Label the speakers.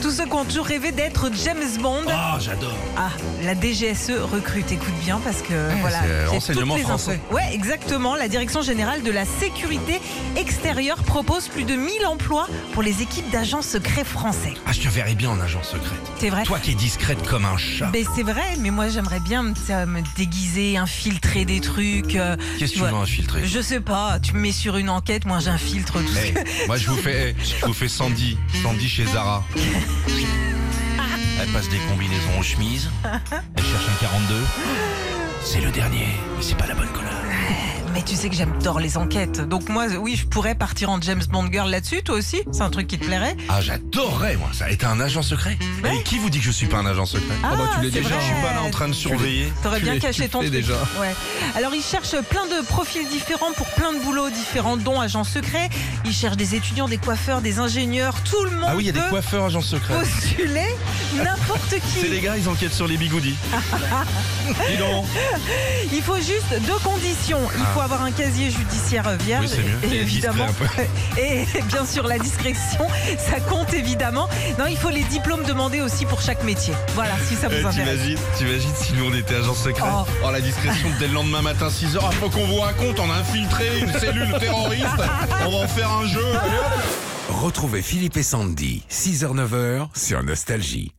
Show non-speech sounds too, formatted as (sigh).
Speaker 1: tous ceux qui ont toujours rêvé d'être James Bond.
Speaker 2: Ah, j'adore.
Speaker 1: Ah, la DGSE E recrute. Écoute bien parce que voilà.
Speaker 2: c'est,
Speaker 1: j'ai
Speaker 2: euh,
Speaker 1: toutes
Speaker 2: renseignement
Speaker 1: les infos.
Speaker 2: français.
Speaker 1: Ouais, exactement. La Direction générale de la sécurité extérieure propose plus de 1000 emplois pour les équipes d'agents secrets français.
Speaker 2: Ah, je te verrais bien en agent secrète.
Speaker 1: C'est vrai.
Speaker 2: Toi qui es discrète comme un chat.
Speaker 1: Ben, c'est vrai, mais moi j'aimerais bien me, ça, me déguiser, infiltrer des trucs. euh,
Speaker 2: Qu'est-ce que tu
Speaker 1: vois.
Speaker 2: veux infiltrer
Speaker 1: Je sais pas, tu me mets sur une enquête, moi j'infiltre tout ce
Speaker 2: Hey,
Speaker 1: que- (laughs)
Speaker 2: Eh, Moi, je vous fais, je vous fais Sandy. Sandy chez Zara. Elle passe des combinaisons aux chemises. Elle cherche un 42. C'est le dernier, mais c'est pas la bonne couleur.
Speaker 1: Mais tu sais que j'adore les enquêtes. Donc moi, oui, je pourrais partir en James Bond Girl là-dessus, toi aussi. C'est un truc qui te plairait.
Speaker 2: Ah, j'adorerais, moi, ça. Et t'es un agent secret
Speaker 1: Ouais.
Speaker 2: Et qui vous dit que je suis pas un agent secret
Speaker 1: Ah,
Speaker 3: bah, tu l'es
Speaker 1: c'est
Speaker 3: déjà,
Speaker 1: vrai.
Speaker 2: Je suis pas là en train de surveiller.
Speaker 1: T'aurais
Speaker 3: Tu
Speaker 1: bien
Speaker 3: l'es- tu
Speaker 1: caché
Speaker 3: le
Speaker 1: ton
Speaker 3: fais
Speaker 1: truc.
Speaker 3: déjà.
Speaker 1: Ouais. Alors ils cherchent plein de profils différents pour plein de boulots différents, dont agents secrets. Ils cherchent des étudiants, des coiffeurs, des ingénieurs. Tout le monde
Speaker 2: Ah oui, il y a des
Speaker 1: peut
Speaker 2: coiffeurs agents secrets.
Speaker 1: postuler n'importe
Speaker 2: (laughs) C'est
Speaker 1: qui.
Speaker 2: les gars, ils enquêtent sur les bigoudis. Dis donc.
Speaker 1: Il faut juste deux conditions. Il faut avoir un casier judiciaire vierge,
Speaker 2: Ah. Oui, c'est mieux.
Speaker 1: et-
Speaker 2: Et
Speaker 1: évidemment.
Speaker 2: discret
Speaker 1: (laughs) Et bien sûr, la discrétion, ça compte évidemment. Non, il faut les diplômes demandés aussi pour chaque métier. Voilà, si ça
Speaker 2: Eh,
Speaker 1: vous intéresse.
Speaker 2: T'imagines, t'imagines si nous on était agents secrets
Speaker 1: Oh.
Speaker 2: oh. la discrétion dès le lendemain matin 6h, après qu'on vous raconte, on a infiltré une cellule terroriste,
Speaker 1: (laughs)
Speaker 2: on va en faire un jeu.
Speaker 4: Retrouvez Philippe et Sandy, 6h-9h sur Nostalgie.